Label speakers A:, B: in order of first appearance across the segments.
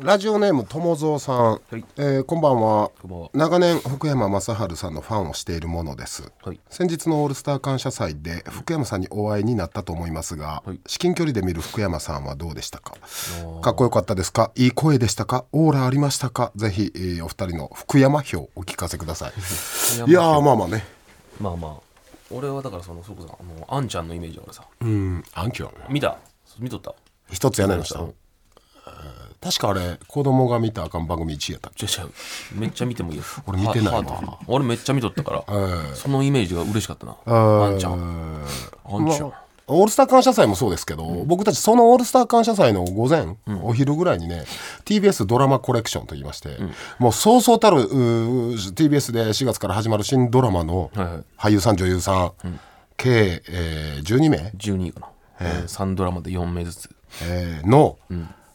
A: ラジオネーム友蔵さん、
B: はい
A: えーこんばんは
B: こんばんは
A: 長年福山雅治さんのファンをしているものです、
B: はい
A: 先日のオールスター感謝祭で福山さんにお会いになったと思いますが、
B: はい
A: 至近距離で見る福山さんはどうでしたかかっこよかったですかいい声でしたかオーラありましたかぜひ、えーお二人の福山表お聞かせくださいいやーまあまあね
B: まあまあ俺はだからそのそれこそあのあんちゃんのイメージだからさ
A: うん暗渠
B: 見た見とった
A: 一つ屋根の下
B: う
A: うん確かあれ子供が見たあかん番組1位やった
B: じゃじゃめっちゃ見てもいいよ
A: 俺見てないわ
B: ハハート俺めっちゃ見とったから
A: えー
B: そのイメージが嬉しかったなあんちゃんあんちゃん
A: オールスター感謝祭もそうですけど、僕たちそのオールスター感謝祭の午前、お昼ぐらいにね TBS ドラマコレクションといいまして、もうそうそうたるうー TBS で4月から始まる新ドラマの
B: はいはい
A: 俳優さん女優さん、計、えー12名、
B: 12位かな3ドラマで4名ずつ
A: えーの,、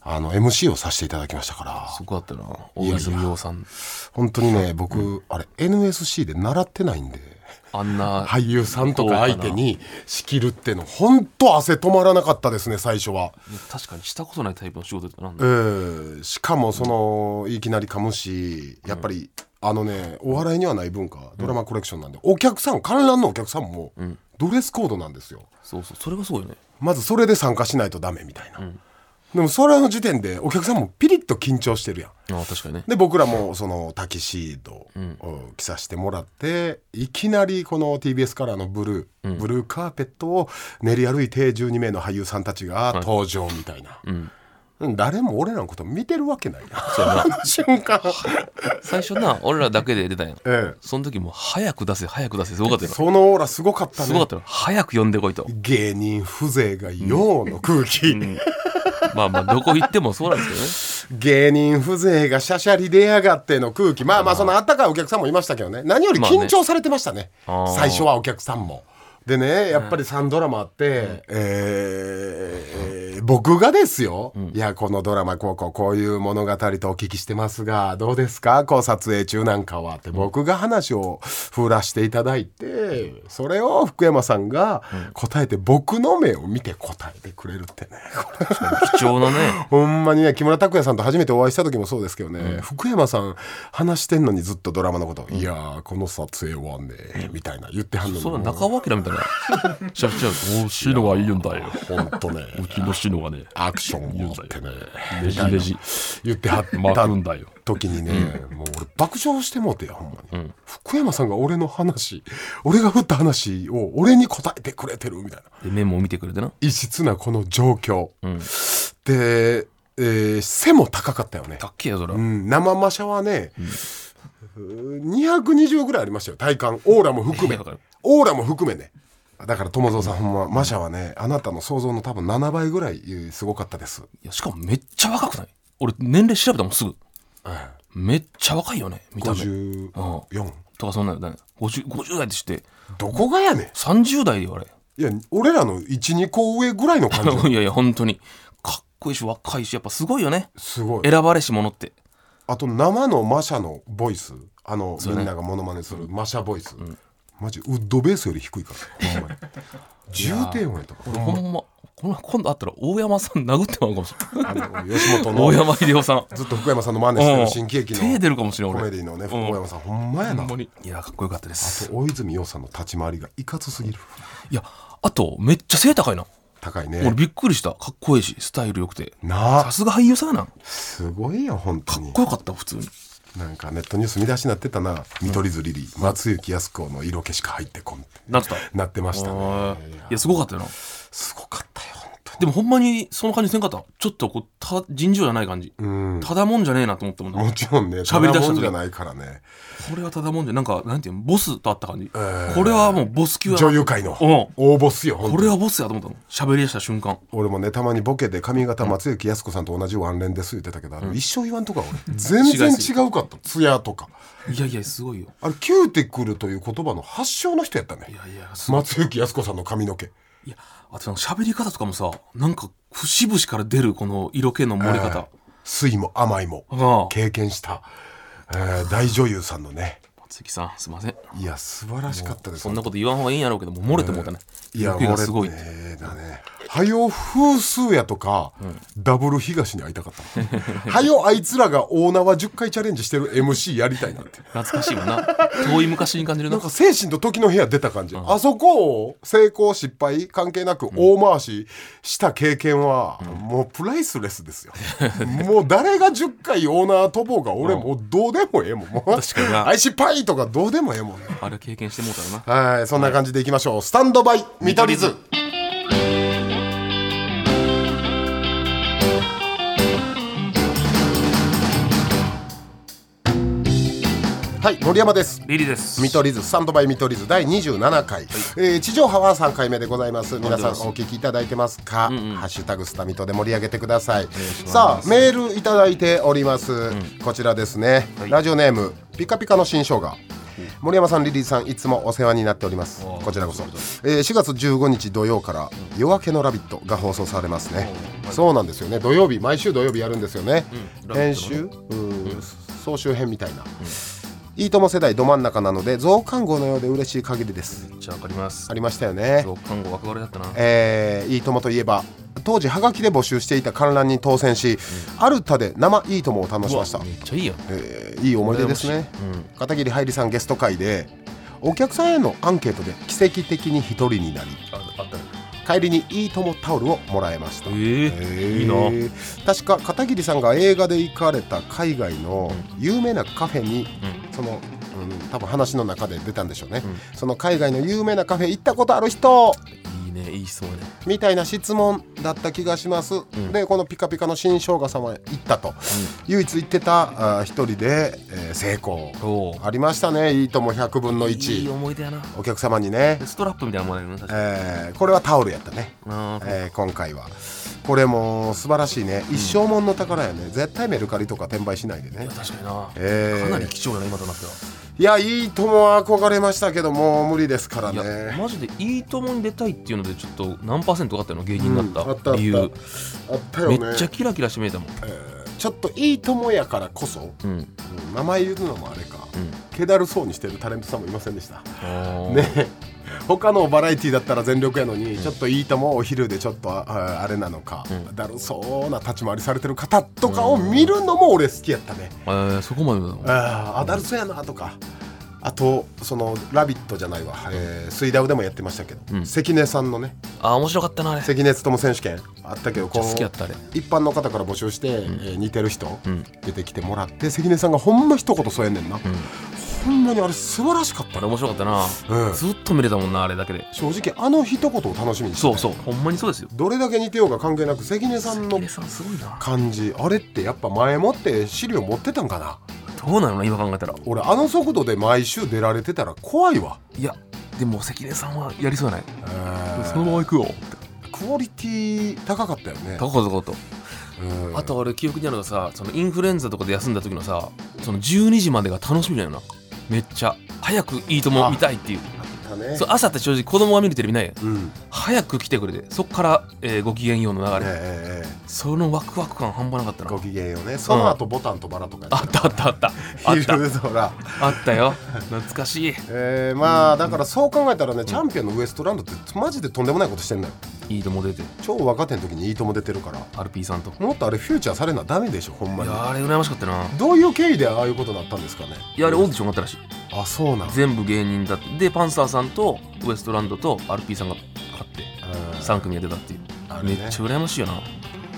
A: あの MC をさせていただきましたから
B: すごかったな大泉洋さん
A: 本当にね僕、あれ NSC で習ってないんで。
B: あんな
A: 俳優さんとか相手に仕切るっての本当汗止まらなかったですね最初は。
B: 確かにしたことないタイプの仕事だったな
A: えーしかもその、いきなり噛むしやっぱり、あのねお笑いにはない文化ドラマコレクションなんで、お客さん観覧のお客さんもドレスコードなんですよ
B: そうそうそれがすごいよね
A: まずそれで参加しないとダメみたいな、でもそれの時点でお客さんもピリッと緊張してるやん
B: ああ確かにね
A: で僕らもそのタキシードを着させてもらって、いきなりこの TBS カラーのブルー、ブルーカーペットを練り歩いて12名の俳優さんたちが登場みたいな、誰も俺らのこと見てるわけないな
B: そうやな
A: あの瞬間、
B: 最初な俺らだけで出たやん
A: ええ
B: その時もう早く出せ早く出せすごかったよな
A: そのオーラすごかった
B: すごか
A: ね
B: ったよ早く呼んでこいと
A: 芸人風情がようの空気、
B: まあまあどこ行ってもそうなんです
A: 芸人風情がしゃしゃり出やがっての空気まあまあそのあったかいお客さんもいましたけどね何より緊張されてましたね,、
B: まあねあー
A: 最初はお客さんもでねやっぱり3ドラマあって、えーえー僕がですよ、いやこのドラマこうこうこういう物語とお聞きしてますがどうですかこう撮影中なんかはって僕が話を振らしていただいてそれを福山さんが答えて僕の目を見て答えてくれるってねこれ
B: けどね貴重なね
A: ほんまにね木村拓哉さんと初めてお会いした時もそうですけどね、福山さん話してんのにずっとドラマのこと「いやーこの撮影はね」みたいな言ってはんのに
B: それは
A: もう
B: 中尾明みたいな「シャシャおシノがいいん だよ
A: ほんとね
B: うちのシノがね
A: アクションもあってね
B: レジレジ
A: 言ってはった
B: 巻くんだよ
A: 時にね、もう俺爆笑してもうてやほんまに、福山さんが俺の話俺が振った話を俺に答えてくれてるみたいな」
B: でメモを見てくれてな
A: 異質なこの状況、で、えー背も高かったよね
B: だっけやそれ
A: う
B: は
A: ん、生マシャはね、220ぐらいありましたよ体感オーラも含め
B: わかる
A: オーラも含めねだから友蔵さんほんまマシャはねあなたの想像の多分7倍ぐらいえーすごかったです、
B: いやしかもめっちゃ若くない俺年齢調べたもんすぐ
A: え
B: めっちゃ若いよね見
A: え
B: た目
A: 54
B: とかそんなんだね 50, 50代でして
A: どこがやね
B: 30代よあれ
A: んいや俺らの12個上ぐらいの 感じ
B: いやいや本当にかっこいいし若いしやっぱすごいよね
A: すごい
B: 選ばれし者って
A: あと生のマシャのボイスあの、
B: うね
A: みんながモノマネするマシャボイス、マジウッドベースより低いから ほんまに重低音やとか
B: ほんまこの今度会ったら大山さん殴ってまうかもしれない
A: あの吉本の
B: 大山秀夫さん
A: ずっと福山さんの真似して
B: う
A: る
B: ん
A: 新喜劇の
B: 手出るかもしれん
A: コ
B: 俺
A: メディのね
B: うん
A: 福山さんほんまや
B: ほ
A: なん
B: まにいやかっこよかったです
A: 大泉洋さんの立ち回りがいかつすぎる
B: いやあとめっちゃ背高いな
A: 高い
B: 俺
A: ね
B: びっくりしたかっこいいしスタイル良くて
A: な
B: さ
A: あ
B: すが俳優さんやなか
A: すごいよ本当に
B: っこよかった普通に
A: なんかネットニュース見出しになってたな見取り図リリー松雪康子の色気しか入ってこんって
B: なってた
A: なってましたね
B: いやすごかったよな
A: すごかったよ本当に
B: でもほんまにその感じせんかったちょっとこうた尋常じゃない感じ
A: うん
B: ただもんじゃねえなと思ったもんな
A: もちろんね
B: 喋り出し
A: ただ
B: た時
A: もんじゃないからね
B: これはただもんじゃなんかなんていうのボスとあった感じ、これはもうボス級や
A: 女優界の
B: うん
A: 大ボスよ本当
B: こ
A: に
B: れはボスやと思ったの喋り出した瞬間
A: 俺もねたまにボケで髪型松雪康子さんと同じワンレンです言ってたけど、あれ一生言わんとか俺全然違うかったツヤとか
B: いやいやすごいよ
A: あれキューティクルという言葉の発祥の人やったね
B: いやいやす
A: 松雪康子さんの髪の毛
B: いやあとなんか喋り方とかもさなんか節々から出るこの色気の盛り方
A: 酸いも甘いも
B: ああ
A: 経験した、えー大女優さんのね
B: 松木さんすいません
A: いや素晴らしかったです
B: そんなこと言わん方がいいんやろうけどもう漏れてもうたね
A: いや
B: 色気がすごいっ
A: 俺
B: て
A: ねねだね「はよ風数や」とか、ダブル東に会いたかった「はよあいつらが大縄10回チャレンジしてる MC やりたいな」って
B: 懐かしいもんな遠い昔に感じる
A: な
B: なん
A: か精神と時の部屋出た感じ、あそこを成功失敗関係なく大回しした経験は、もうプライスレスですよ もう誰が10回オーナー飛ぼうが俺もうどうでもええもん、もう
B: 確かに な
A: あい失敗とかどうでもええもん
B: あれ経験してもうたらな
A: はいそんな感じでいきましょう、スタンドバイ見取り図はい森山です
B: リリーです
A: 見取り図スタンドバイ見取り図第27回、えー地上波は3回目でございます皆さんお聞きいただいてますか、ハッシュタグスタミトで盛り上げてくださいさあメールいただいております、こちらですね、ラジオネームピカピカの新生姜森山さんリリーさんいつもお世話になっておりますこちらこそ、えー4月15日土曜から「夜明けのラビット!」が放送されますねそうなんですよね土曜日毎週土曜日やるんですよね、編集、うん、総集編みたいな、いいとも世代ど真ん中なので増刊号のようで嬉しい限りです
B: じゃあわかります
A: ありましたよね
B: 六看護憧れだったな
A: えーいいともといえば当時はがきで募集していた観覧に当選し、アルタで生いいともを楽しました
B: めっちゃいいやん
A: えーいい思い出ですね、片桐はいりさんゲスト会でお客さんへのアンケートで奇跡的に一人になり
B: ああったね
A: 帰りにいいともタオルをもらえました
B: えー、いいな
A: 確か片桐さんが映画で行かれた海外の有名なカフェに、その、うん、多分話の中で出たんでしょうね、その海外の有名なカフェ行ったことある人
B: いいねいい質問やね
A: みたいな質問だった気がします、でこの「ピカピカの新生姜様へ行ったと、唯一行ってたあー一人で、えー成功
B: お
A: ありましたねいいとも100分の
B: いい
A: 1
B: 思い出やな
A: お客様にね、
B: ストラップみたいなもんやけどな確か
A: えーこれはタオルやったね
B: にあー
A: えー今回はこれも素晴らしいね一生もんの宝やね、絶対メルカリとか転売しないでね
B: 確かにな、
A: えー
B: かなり貴重やな今となってはい
A: やいいとも憧れましたけどもう無理ですから
B: いや、
A: ね
B: マジでいいともに出たいっていうのでちょっと何パーセントかあったの芸人にな
A: うんあっ
B: っ
A: たたあった
B: 理由、
A: あったよ
B: め
A: ね
B: っちゃキラキラして見えたもん、
A: ちょっといいともやからこそ、
B: うん
A: うん名前言うのもあれか、
B: ん
A: けだるそうにしてるタレントさんもいませんでした
B: あー
A: ね他のバラエティだったら全力やのに、ちょっといいともお昼でちょっとああれなのか、だるそうな立ち回りされてる方とかを見るのも俺好きやったね、
B: えー、そこまでだもん
A: あーアダルトやなとかあとその「ラビット!」じゃないわ「えー、スイダウ」でもやってましたけど、関根さんのね
B: あー面白かったなあれ
A: 関根勤選手権あったけどこ
B: 好きやったあれ
A: う一般の方から募集して、えー似てる人、出てきてもらって関根さんがほんま一言添えんねんな、ほんまにあれ素晴らしかった
B: あれ面白かったな、
A: うん
B: ずっと見れたもんなあれだけで
A: 正直あの一言を楽しみにして
B: そうそうほんまにそうですよ
A: どれだけ似てようが関係なく関根さんの
B: 関根さんすごいな
A: 感じあれってやっぱ前もって資料持ってたんかな
B: どうなの今考えたら
A: 俺あの速度で毎週出られてたら怖いわ
B: いやでも関根さんはやりそうやない、
A: えー
B: そのまま行くよって
A: クオリティ高かったよね。
B: 高かった高かった
A: うん
B: あと俺記憶にあるのがさそのインフルエンザとかで休んだ時のさその12時までが楽しみだよなめっちゃ早くいいとも見たいっていう
A: だね
B: そう朝って正直子供が見るテレビないやん
A: うん。
B: 早く来てくれてそっから、えーご機嫌ようの流れ、
A: ええええ
B: そのワクワク感半端なかった
A: ご
B: な
A: きげんようね。その後ボタンとバラとかや
B: あったあった あったあ
A: っ。
B: ったた
A: 昼空。
B: あったよ懐かしい
A: ええまあだからそう考えたらね、チャンピオンのウエストランドってマジでとんでもないことしてんだよ。
B: いいとも出て
A: 超若手の時にいいとも出てるから。
B: アルピーさんとい
A: もっとあれフューチャーされなダメでしょほんま
B: や
A: に。
B: ーあれ羨ましかったな
A: どういう経緯でああいうことになったんですかね。
B: いやあれオーディションがあったらしい
A: あそうなん。
B: 全部芸人だってでパンサーさんとウエストランドとアルピーさんが勝って
A: うん
B: 3組が出たっていう
A: あれ
B: め
A: ね
B: っちゃ羨ましいよな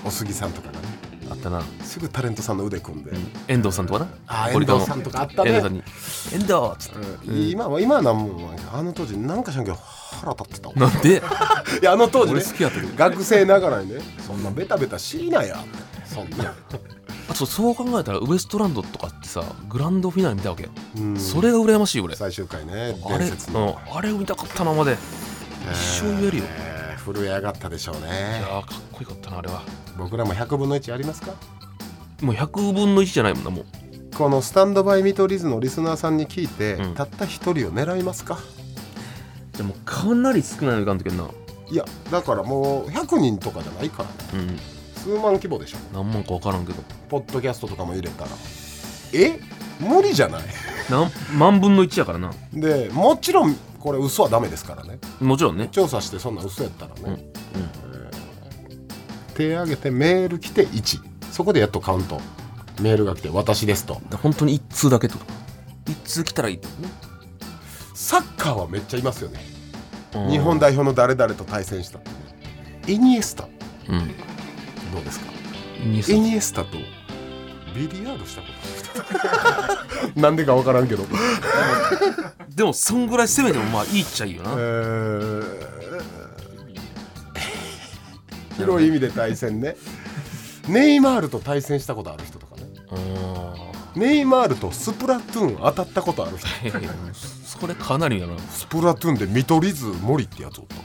A: お杉さんとかがね。
B: あったな
A: すぐタレントさんの腕組んで。
B: 遠藤さんとかな
A: あー
B: ゴリカの
A: 遠藤さんとかあったね
B: 遠藤さんに遠藤っつって
A: うん今は今はなんもあの当時なんかしらんけど腹立ってたわ。
B: なんで
A: いやあの当時ね
B: 俺好きやったけど
A: 学生ながらにねそんなベタベタしいなやそんな、
B: あとそう考えたらウエストランドとかってさグランドフィナーレ見たわけよ
A: うん
B: それが羨ましい俺あ
A: 最終回ね
B: れ
A: 伝説の
B: うんあれを見たかったなまで一生言えるよい
A: えー震え上がったでしょうね
B: やーかっこよかったなあれは
A: 僕らも100分の1ありますか
B: もう100分の1じゃないもんなもう
A: このスタンドバイ見取り図のリスナーさんに聞いて、
B: うん
A: たった一人を狙いますか
B: でもかなり少ないのいかんとけんない
A: やだからもう100人とかじゃないからね
B: うん
A: 数万規模でしょ
B: 何万か分からんけど
A: ポッドキャストとかも入れたらえ無理じゃない
B: なん万分の1やからな
A: でもちろんこれ嘘はダメですからね
B: もちろんね
A: 調査してそんな嘘やったらね、
B: うん
A: 手挙げてメール来て1そこでやっとカウントメールが来て「私です」と
B: 本当に一通だけってこと一通来たらいいってこ
A: サッカーはめっちゃいますよね
B: とね
A: 日本
B: だ
A: 代表の誰々と対戦したイニエスタ
B: うん
A: どうですか
B: イ
A: イニエスタとビリヤードしたことある人 なんでか分からんけど、
B: でもそんぐらい攻めてもまあいいっちゃいいよ
A: え
B: な、
A: ー 広い意味で対戦ねネイマールと対戦したことある人とかねネイマールとスプラトゥーン当たったことある人
B: へへそれかなりやな
A: スプラトゥーンで見取り図森ってやつおったわ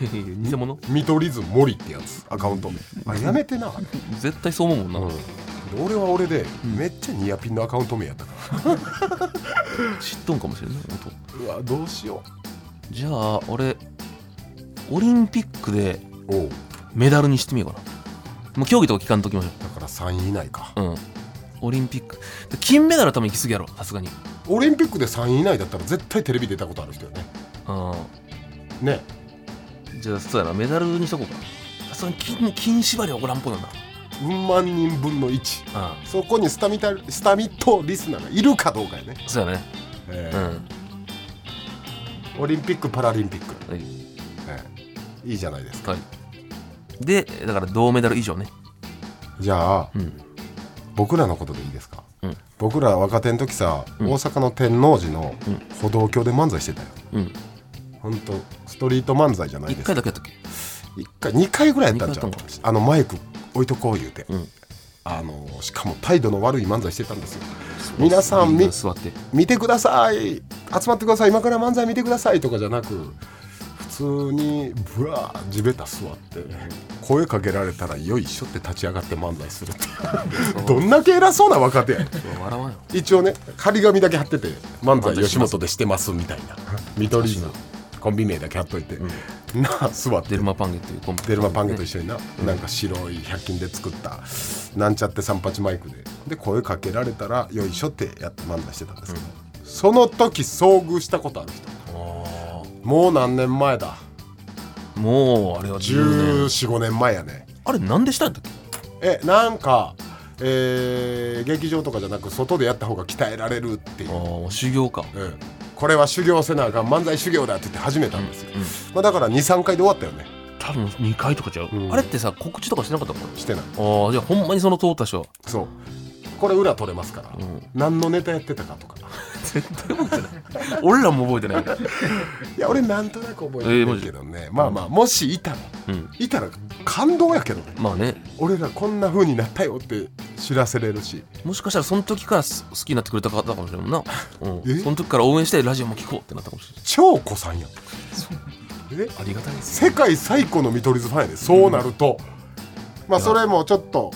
B: 偽物
A: 見取り図森ってやつアカウント名あやめてな、
B: 絶対そう思うもんな、
A: うん、俺は俺でめっちゃニアピンのアカウント名やったか
B: 知っとんかもしれんない本
A: らうわどうしよ
B: 当じゃあ俺オリンピックで
A: うおう
B: メダルにしてみようかなもう競技とか聞かんときましょう
A: だから3位以内か、
B: うん、オリンピック金メダルは多分行き過ぎやろさすがに、
A: オリンピックで3位以内だったら絶対テレビ出たことある人よね
B: う
A: ね
B: ん、じゃあそうやなメダルにしとこうかさすがに金金縛りは起こらんっぽいよ
A: うん
B: な、
A: 万人分の1
B: う
A: そこにスタミタスタミットリスナーがいるかどうかやね、
B: ん、そうやね
A: え
B: う
A: ー
B: ん
A: オリンピック・パラリンピック、
B: はい
A: えーいいじゃないですか
B: はいでだから銅メダル以上ね
A: じゃあ
B: うん
A: 僕らのことでいいですか、
B: うん
A: 僕ら若手の時さ、
B: うん
A: 大阪の天王寺の
B: うん
A: 歩道橋で漫才してたよ
B: うん
A: ほんとストリート漫才じゃないで
B: 1
A: すか
B: 回だけやったっけ
A: 1回2回ぐらいやったんちゃう
B: 二回や
A: あのマイク置いとこう言うて、
B: うん
A: あのしかも態度の悪い漫才してたんですよ皆さん
B: み
A: み
B: な座って
A: 見てください集まってください今から漫才見てくださいとかじゃなく普通にぶわー地べた座って声かけられたらよいしょって立ち上がって漫才するって どんだけ偉そうな若手やねん
B: 笑わんよ
A: 一応ね張り紙だけ貼ってて漫才吉本でしてますみたいな見取り図コンビ名だけ貼っといて、なあ座って
B: デルマパンゲっていうコンビ
A: デルマパンゲと一緒にな、なんか白い100均で作ったなんちゃって三八マイクでで声かけられたらよいしょってやって漫才してたんですけど、その時遭遇したことある人
B: あ
A: もう何年前だ
B: ーもうあれは
A: 1 4
B: 10年
A: 5年前やね
B: あれなんでしたんだっけ
A: えなんかえー劇場とかじゃなく外でやった方が鍛えられるっていう
B: ああ修行か
A: うんこれは修行せなあかん漫才修行だって言って始めたんですよ、まあ、だから23回で終わったよね
B: 多分2回とかちゃう、
A: うん
B: あれってさ告知とかしてなかったもん
A: してない
B: ああじゃあほんまにその通った人は
A: そうこれ裏取れますから、
B: うん
A: 何のネタやってたかとか
B: 絶対覚えてない俺らも覚えてない、
A: いや俺なんとなく覚え
B: え
A: て
B: ーマ
A: る
B: ジ
A: けどね、まあまあもしいたら
B: うん、
A: いたら感動やけどね
B: まあね
A: 俺らこんな風になったよって知らせれるし
B: もしかしたらその時からす好きになってくれた方かもしれんもんな、う
A: え
B: ん、その時から応援してラジオも聞こうってなったかもしれない
A: 超子さんやんえ
B: ありがたいです
A: 世界最古の見取り図ファンやでそうなると、まあそれもちょっと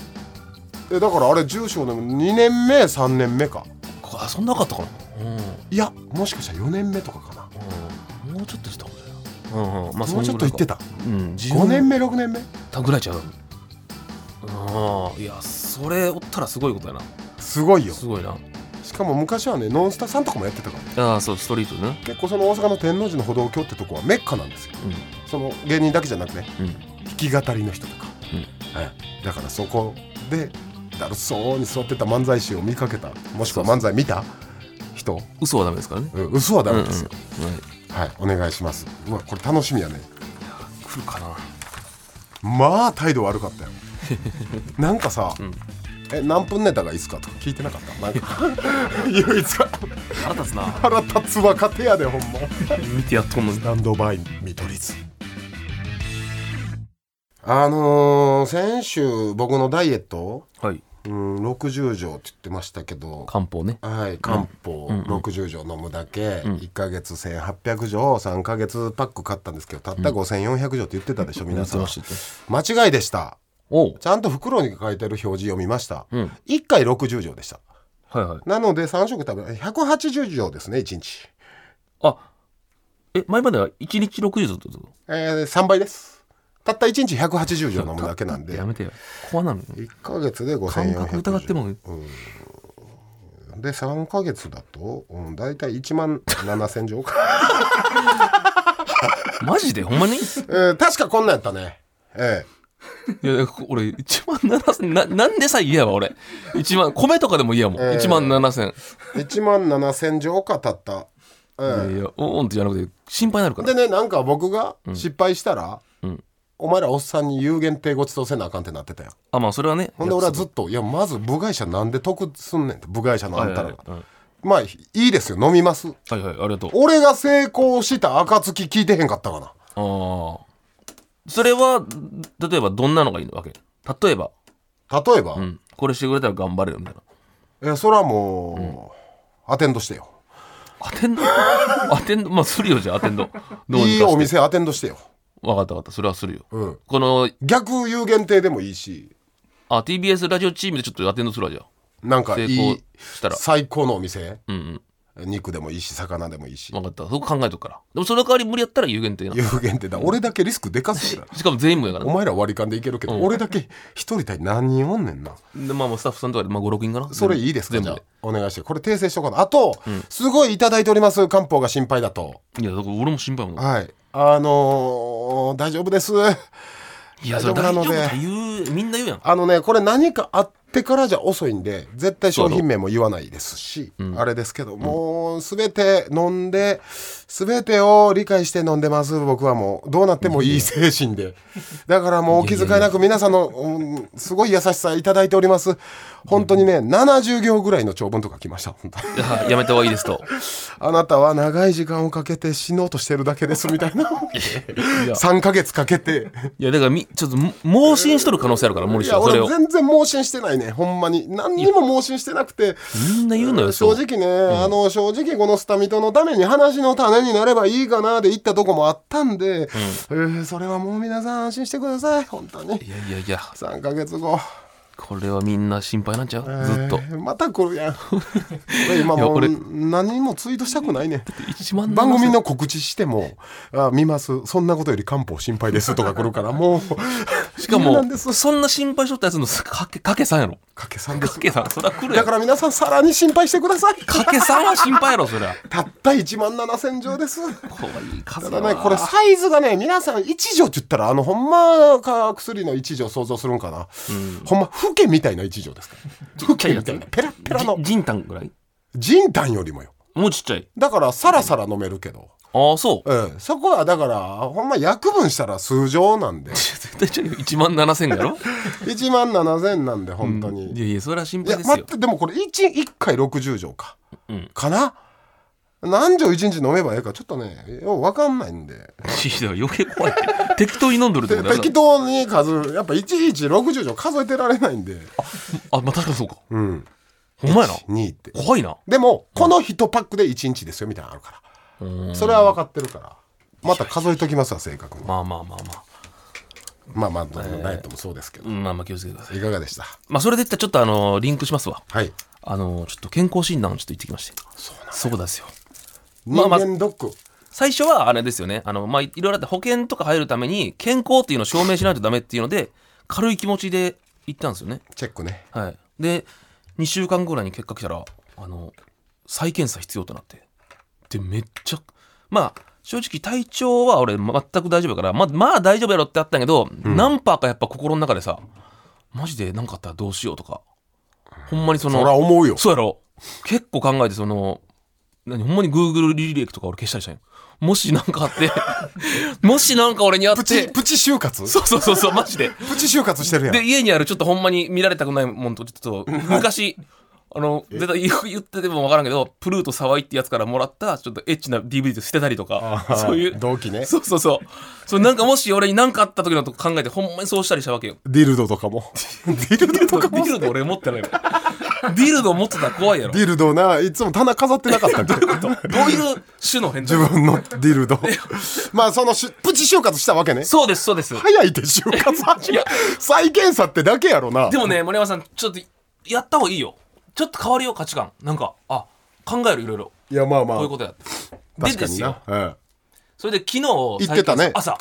A: えだからあれ住所の2年目3年目か
B: あそんなかったかなうん、
A: いやもしかしたら4年目とかかな
B: うん、もうちょっとしたもんねうんうんまあ
A: もうちょっと言ってた
B: うん自
A: 5年
B: 目
A: 目6年目
B: たぐらいちゃうああいやそれおったらすごいことやな
A: すごいよ
B: すごいな
A: しかも昔はねノンスタさんとかもやってたからね
B: ああそうストリートね
A: 結構その大阪の天王寺の歩道橋ってとこはメッカなんですよその芸人だけじゃなくね
B: うんうん
A: 弾き語りの人とか、はい、だからそこでだるそうに座ってた漫才師を見かけたもしくは漫才見た人
B: 嘘はダメですからね
A: うん嘘はダメですよ、
B: うんうんはい
A: はいお願いしますうわこれ楽しみやね
B: 来るかな
A: まあ態度悪かったよ なんかさ、
B: ん
A: え何分ネタがいいっすかとか聞いてなかったなんか 唯一か
B: 腹立つな
A: 腹立つ若手やでほんま
B: 見てやっとんのに
A: ランドバイ見取り図あのー先週僕のダイエット、
B: はい
A: うん、60錠って言ってましたけど
B: 漢方ね
A: はい漢方
B: うんうん
A: 60錠飲むだけ、
B: ん
A: 1ヶ月1800錠3ヶ月パック買ったんですけどたった5400錠って言ってたでしょ、皆さん
B: 珍しいって
A: 間違いでした
B: おう
A: ちゃんと袋に書いてる表示読みました、
B: うん
A: 1回60錠でした
B: はいはい
A: なので3食食べない180錠ですね1日、
B: あえ前までは1日60ずつってこ
A: え3倍ですたった1日180錠飲むだけなん
B: と
A: で
B: やめてよ怖なのよ
A: 1ヶ月で5400
B: 感覚疑っても
A: うんで3か月だと、うん、大体1万7,000錠か、
B: マジでほんまにい
A: えー確かこんなんやったねええ
B: や俺1万7千ななんでさえ嫌やわ俺1万米とかでも嫌やもん、
A: えー
B: 1万7千
A: 1万7,000錠かたった、ええ
B: いやいやおんってじゃなくて心配になるか
A: で
B: ら
A: ねなんか僕が失敗したら、
B: ん
A: お前らおっさんに有限定ごちそうせなあかんってなってたよ
B: あまあそれはね
A: ほんで俺はずっと「いやまず部外者なんで得すんねん」と部外者のあんたらが、
B: はいはい
A: まあいいですよ飲みます
B: はいはいありがとう
A: 俺が成功した暁聞いてへんかったかな
B: ああそれは例えばどんなのがいいわけ例えば、
A: 例えば、
B: うん、これしてくれたら頑張れるみたいな
A: えそれはもう、アテンドしてよ
B: ア テンドアテンドまあするよじゃあアテンドどうにかして
A: いいお店アテンドしてよ、
B: わかったわかったそれはするよ、
A: うん、
B: この
A: 逆有限定でもいいし
B: あ TBS ラジオチームでちょっとアテンドするわじゃあ
A: なんかい
B: 成功
A: い
B: したら
A: 最高のお店
B: うんうん
A: 肉でもいいし魚でもいいし
B: 分かったそこ考えとくからでもその代わり無理やったら有限定な
A: 有限定だ俺だけリスクでかすぎる
B: しかも全員もやから
A: お
B: な
A: 前ら割り勘でいけるけど、俺だけ一人対何人おんねんな
B: でまあまあスタッフさんとかで、まあ、56人かな
A: それいいですか
B: 全
A: じゃ
B: 部
A: あお願いしてこれ訂正しとこうかなあと、すごいいただいております漢方が心配だと
B: でいやだから俺も心配やもん
A: はいあのー大丈夫です
B: いやそれ大
A: 大丈夫
B: 丈
A: な
B: 夫
A: ので
B: だ言うみんな言うやん
A: あのねこれ何かあってからじゃ遅いんで絶対商品名も言わないですし、あれですけど、もう全て飲んで全てを理解して飲んでます僕はもうどうなってもいい精神でだからもうお気遣いなく皆さんの、うんすごい優しさいただいております本当にね、70行ぐらいの長文とか来ました本当に
B: い ややめた方がいいですと
A: あなたは長い時間をかけて死のうとしてるだけですみたいな3ヶ月かけて
B: いやだからみちょっとも盲信しとる可能性あるから森
A: い
B: 下
A: や
B: それ
A: 俺
B: を
A: 全然盲信してないねほんまに何にも盲信してなくて
B: みんな言うのよ
A: 正
B: そう
A: 直ね、あの正直このスタミトのために話の種になればいいかなで言ったとこもあったんで、えーそれはもう皆さん安心してください本当に
B: いやいやいや
A: 3ヶ月後
B: これはみんな心配なんちゃうずっと
A: えーまた来るや ん俺今もう
B: いや
A: 何もツイートしたくないね
B: 一万
A: 番組の告知しても「あ見ますそんなことより漢方心配です」とか来るからもう
B: しか
A: 嫌な
B: も
A: んです
B: そんな心配しとったやつのかけかけさんやろ
A: かけさんで
B: か
A: す
B: けさんそりゃ来るや
A: だ
B: ん
A: から皆さんさらに心配してください
B: かけさんは心配やろそりゃ
A: たった1万7000錠です
B: 怖い
A: た
B: 風
A: だ
B: だ
A: ね
B: な
A: これサイズがね皆さん1錠って言ったらあのほんまか薬の1錠想像するんかな、ほんまフケみたいな1錠ですからフケみたいなペラッペラの
B: じじんたんぐらい
A: ジンタンよりもよ
B: もうちっちゃい
A: だからサラサラ飲めるけど、
B: ああそう
A: ええそこはだからほんま薬分したら数錠なん で
B: 絶対ち ゃうよ1万7000やろ
A: 1万7000なんで本当に、
B: いやいやそれは心
A: いや
B: 配です
A: 待っ
B: よ
A: てでもこれ 1, 1回60錠か、
B: うん
A: かな何錠1日飲めばええかちょっとねよう分かんないんで
B: いや余計怖い適当に飲んどるって
A: で
B: ことやろ
A: 適当に数やっぱいちいち60錠数えてられないんで
B: あまあ確かにそうか
A: うん
B: ほんまやな
A: 2って
B: 怖いな
A: でもこの1パックで1日ですよみたいなのあるからそれは分かってるからまた数えときますわ正確に
B: まあまあまあまあ
A: まあまあどのダイエットもそうですけど
B: うんまあまあ気をつけてください
A: いかがでした
B: まあそれでいったらちょっとあのリンクしますわ
A: はい
B: あのちょっと健康診断をちょっと行ってきましてそうですよ
A: 人
B: まあまあ
A: 間ドック
B: 最初はあれですよねあの、まあ、いろいろあって保険とか入るために健康っていうのを証明しないとダメっていうので軽い気持ちで行ったんですよね、
A: チェックね
B: はい、で2週間後ぐらいに結果来たらあの再検査必要となってでめっちゃまあ正直体調は俺全く大丈夫やからままあ大丈夫やろってあったんやけど、何パーかやっぱ心の中でさマジで何かあったらどうしようとかほんまにそ
A: そ
B: の
A: りゃ思うよ
B: そうやろ結構考えてその何ほんまに Google 履歴とか俺消したりしたんよもしなんかあって もしなんか俺にあっ
A: プチ
B: て
A: プチ就活
B: そうそうそうそうマジで
A: プチ就活してるやん
B: で家にあるちょっとほんまに見られたくないもんとち ょっと昔あの絶対言う言ってても分からんけどプルート沢井ってやつからもらったちょっとエッチな DVD 捨てたりとか
A: あー
B: そういう
A: 同期ね
B: そうそうそうそうなんかもし俺に何かあった時のとこ考えてほんまにそうしたりした わけよ
A: ディルドとかもディルドとか
B: デ
A: も
B: ィルド俺持ってないもん ディルド持ってたら怖いやろ
A: ディルドないつも棚飾ってなかったんけど
B: どういう種の変態
A: 自分のディルドまあそのしプチ就活したわけね
B: そうですそうです
A: 早いで就活始
B: い
A: め
B: や
A: 再検査ってだけやろな
B: でもね森山さんちょっとやった方がいいよちょっと変わるよ価値観なんかあ考えるいろいろ
A: いやまあまあ
B: こういうことやってで
A: 確か
B: で
A: に
B: す
A: な
B: よ、
A: え
B: それで昨日
A: 行ってたね
B: 最近朝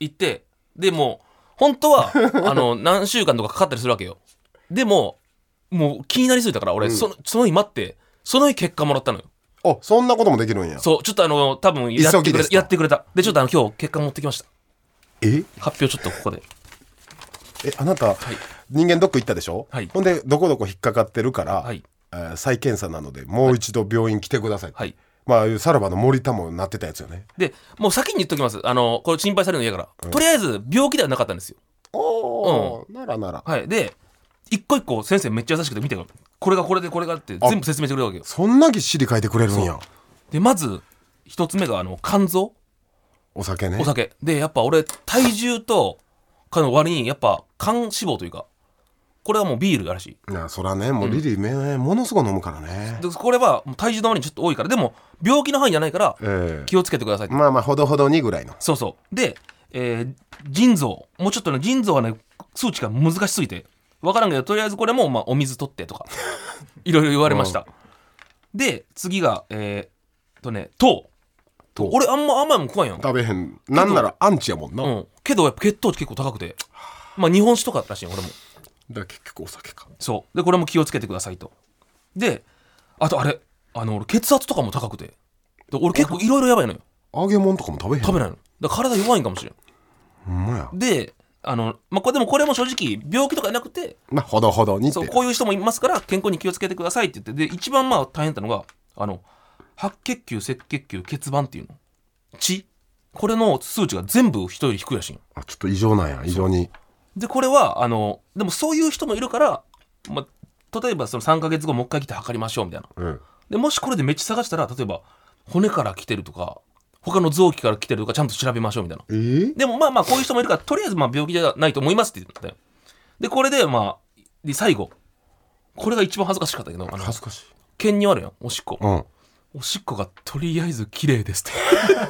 B: 行ってでもう本 当はあの何週間とかかかったりするわけよでももう気になりすぎたから俺、そのその日待ってその日結果もらったのよ
A: あそんなこともできるんや
B: そうちょっとあの多分やっ
A: 急ぎ
B: てく
A: で
B: れ
A: す
B: た
A: と
B: やってくれたでちょっとあの今日結果持ってきました
A: え
B: 発表ちょっとここで
A: えあなた、人間ドック行ったでしょ、
B: はい
A: ほんでどこどこ引っかかってるから、
B: はい
A: えー再検査なのでもう一度病院来てください、
B: はい
A: まあさらばの森田もなってたやつよね
B: でもう先に言っときますあのこれ心配されるの嫌だから、とりあえず病気ではなかったんですよ
A: おお、ならなら
B: はいで一個一個先生めっちゃ優しくて見てよこれがこれでこれがって全部説明してくれるわけよ
A: そんなぎっしり書いてくれるんや
B: でまず一つ目があの肝臓
A: お酒ね
B: お酒でやっぱ俺体重とかの割にやっぱ肝脂肪というかこれはもうビールらしい
A: いやそらねもうリリーめ、ものすごい飲むからね
B: でこれはもう体重の割にちょっと多いからでも病気の範囲じゃないから
A: ええ
B: 気をつけてくださいって
A: まあまあほどほどにぐらいの
B: そうそうで、えー腎臓もうちょっとね腎臓はね数値が難しすぎて分からんけどとりあえずこれもまあお水取ってとか いろいろ言われましたで次がえーっとね糖
A: 糖
B: 俺あんま甘いもん食わんやん
A: 食べへんなんならアンチやもんな、
B: う
A: だか
B: ん、けどやっぱ血糖値結構高くてまあ日本酒とからしいよ俺も
A: ら結局お酒か
B: そうでこれも気をつけてくださいとであとあれあの俺血圧とかも高くてで俺結構いろいろやばいのよ
A: 揚げ物とかも食べへん
B: 食べないのだから体弱いんかもしれん
A: ほんまや
B: であの、まあ、これでもこれも正直病気とかじゃなくて
A: まあほどほどにって
B: そうこういう人もいますから健康に気をつけてくださいって言ってで一番まあ大変だったのがあの白血球赤血球血板っていうの血これの数値が全部人より低いらしいんよ
A: あちょっと異常なんや異常に
B: でこれはあのでもそういう人もいるから、まあ、例えばその3ヶ月後もう一回来て測りましょうみたいな
A: うん
B: でもしこれでメッチ探したら例えば骨から来てるとか他の臓器から来てるとかちゃんと調べましょうみたいな
A: えー、
B: でもまあまあこういう人もいるからとりあえずまあ病気じゃないと思いますって言ったよでこれでまあで最後これが一番恥ずかしかったけどあの
A: 恥ずかしい
B: 検にあるやんおしっこ
A: うん
B: おしっこがとりあえず綺麗です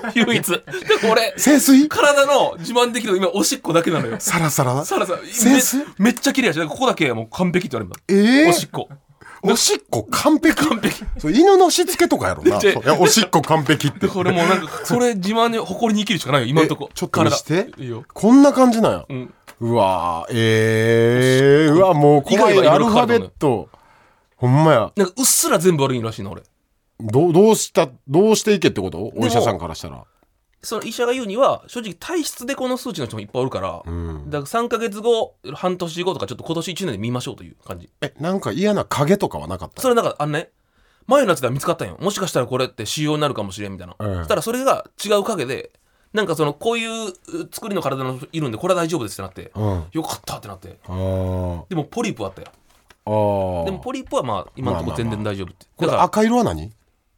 B: って 唯一でこれ
A: 清水
B: 体の自慢できるの今おしっこだけなのよ
A: サラサラ
B: サラさん
A: センス
B: めめっちゃ綺麗やしここだけもう完璧って言われるんだ
A: えー、
B: おしっこ
A: おしっこ完璧
B: 完璧
A: そう犬のしつけとかやろな
B: ちょ
A: そういやおしっこ完璧って
B: でこれもうなんかそれ自慢に誇りに生きるしかないよ今のとこ
A: えちょっと見
B: 体
A: して
B: いいよ
A: こんな感じなんや、
B: うん
A: うわーえー、うわもう怖
B: 以外
A: い
B: は
A: ア
B: いろ
A: ル
B: い
A: フ
B: ろ書か
A: ァ
B: れ
A: ベ
B: てる
A: ットほんまや
B: なんかうっすら全部悪いらしいな俺
A: どうどうしたどうしていけってことお医者さんからしたら
B: その医者が言うには正直体質でこの数値の人もいっぱいおるから、
A: ん
B: だから3か月後半年後とかちょっと今年1年で見ましょうという感じ
A: えなんか嫌な影とかはなかった
B: それなんかあのね前のやつでは見つかったんよもしかしたらこれって腫瘍になるかもしれんみたいな、
A: うん
B: そしたらそれが違う影でなんかそのこういうう作りの体の人いるんでこれは大丈夫ですってなって、
A: うんあ
B: よかったってなって
A: ー
B: でもポリープあったよ
A: あー
B: でもポリープはまあ今のところ全然大丈夫って、
A: これ
B: だから
A: 赤色は何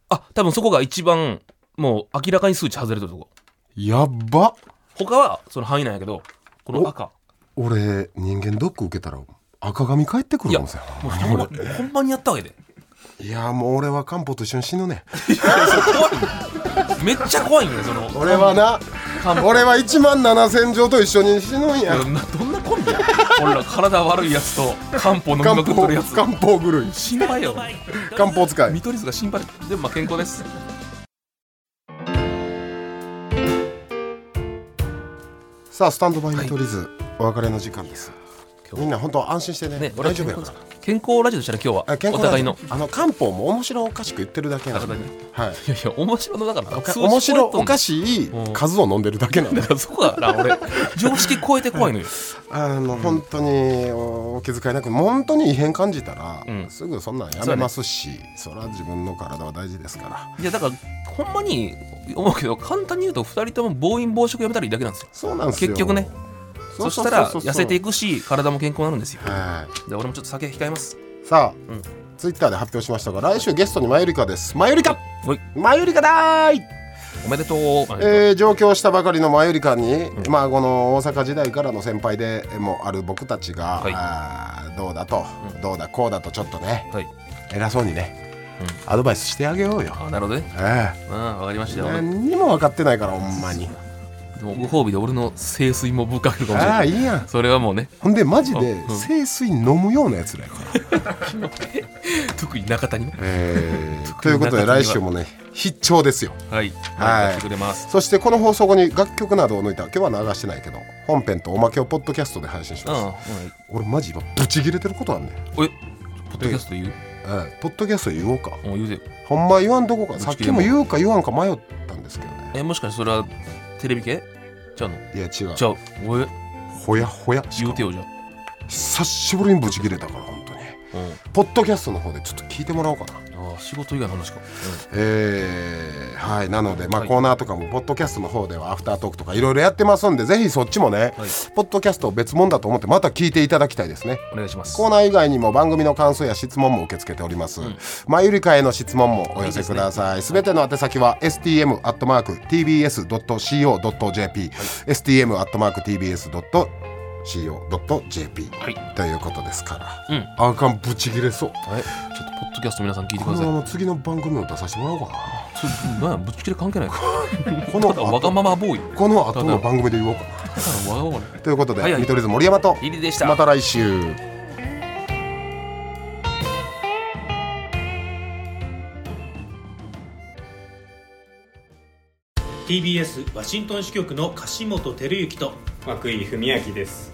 B: あ多分そこが一番もう明らかに数値外れてるとこ
A: やっば
B: 他はその範囲なんやけどこの赤
A: 俺人間ドック受けたら赤髪返ってくるかもしれ
B: もう
A: な
B: ほんまほんまにやったわけで
A: いいやもう俺は漢方と一緒に死ぬね
B: めっちゃ怖いんよその
A: 俺はな
B: 漢
A: 俺は1万7000錠と一緒に死ぬんや
B: どんなどんなコンビや俺ら体悪いやつと漢方飲み
A: 漢
B: まくっと
A: 方
B: るやつ
A: 漢方狂い
B: 心配よ
A: 漢方使い
B: 見取り図が心配でもまあ健康です
A: さあスタンドバイ見取り図、お別れの時間です
B: 今日
A: みんな本当安心してね
B: ね
A: 大
B: 俺は
A: 丈
B: 健
A: 夫やか
B: 康
A: ら
B: 健康ラジオでしたね今日
A: あ
B: は
A: 健
B: お
A: 康ラジ
B: 互い
A: オ
B: の
A: あの漢方も面白おかしく言ってるだけなの
B: 体に
A: はい
B: いやいや面白のだから
A: おか面白おか
B: し
A: しい数を飲んでるだけなの
B: だからそこがな俺常識超えて怖いのよ
A: あの本当におお気遣いなく本当に異変感じたら、
B: うん
A: すぐそんなんやめますしそ,、れは自分の体は大事ですから
B: いやだからほんまに思うけど簡単に言うと2人とも暴飲暴食やめたらいいだけなんですよ
A: そうなんですよ
B: 結局ね
A: う
B: そうし
A: うう
B: たら痩せてい
A: く
B: くし体も健康になるんですよ
A: は
B: で俺もちょっと酒控えます
A: いさあ、
B: ん
A: ツイッターで発表しましたが来週ゲストにマユリカですマユリカ
B: おい
A: マユリカだーい
B: おめでとうあ
A: えー上京したばかりのマユリカに、まあこの大阪時代からの先輩でもある僕たちが、
B: はい
A: あーどうだと、
B: うん
A: どうだこうだとちょっとね
B: はい
A: 偉そうにね、アドバイスしてあげようよ、
B: あなるほどね
A: ええ
B: うんわかりましたよ
A: 何にも分かってないからほんまに
B: でもご褒美で俺の清水もぶっかけるかもしれ
A: あ
B: な
A: あ
B: い
A: いいやん
B: それはもうね
A: ほんでマジで
B: うん
A: 清水飲むようなやつだよ、
B: 特に中谷ね
A: えーということで来週もね必聴ですよ
B: はい
A: はい
B: やってくれます
A: そしてこの放送後に楽曲などを抜いた今日は流してないけど本編とおまけをポッドキャストで配信し
B: うん
A: ます、
B: うん
A: 俺マジ今ブチ切れてることあんねん
B: おいポッドキャスト言う
A: えええポッドキャストで言おうか
B: もう言うてよ
A: ほんま言わんとこか
B: ち
A: さっ
B: 切
A: き
B: れ
A: も
B: も
A: 言うか言わんか迷ったんですけどね
B: えもしかしてそれはテレビ系ちゃうの
A: いや違う
B: ちゃうおえ
A: ほやほやしか
B: 言う
A: も
B: てよじゃあ
A: 久しぶりにブチ切れたから本当に
B: う
A: ポッドキャストの方でちょっと聞いてもらおうかなん
B: ああ仕事以外の話か、
A: えーはいなので、まあ
B: はい
A: コーナーとかもポッドキャストの方ではアフタートークとかいろいろやってますんでぜひそっちもね、
B: はい
A: ポッドキャストを別物だと思ってまた聞いていただきたいですね
B: お願いします
A: コーナー以外にも番組の感想や質問も受け付けております、まあゆりかへの質問もお寄せくださいすべ、ての宛先は stm.tbs.co.jp、stm.tbs.co.jp
B: はい
A: ということですから、
B: うん
A: あかんぶち切れそう
B: はいちょっとポッドキャスト皆さん聞いてく
A: こ
B: ださい
A: の次の番組も出させてもらおうか
B: それなんやぶっち切れ関係ない か
A: なこの
B: ただわがままボーイ
A: 後この後の番組で言おうかな
B: ただわがまま
A: ということで、
B: はいはい
A: 見取り図森山と
B: リリでした
A: また来週
C: ー TBS ワシントン支局の樫本照之と
D: 和久井文明です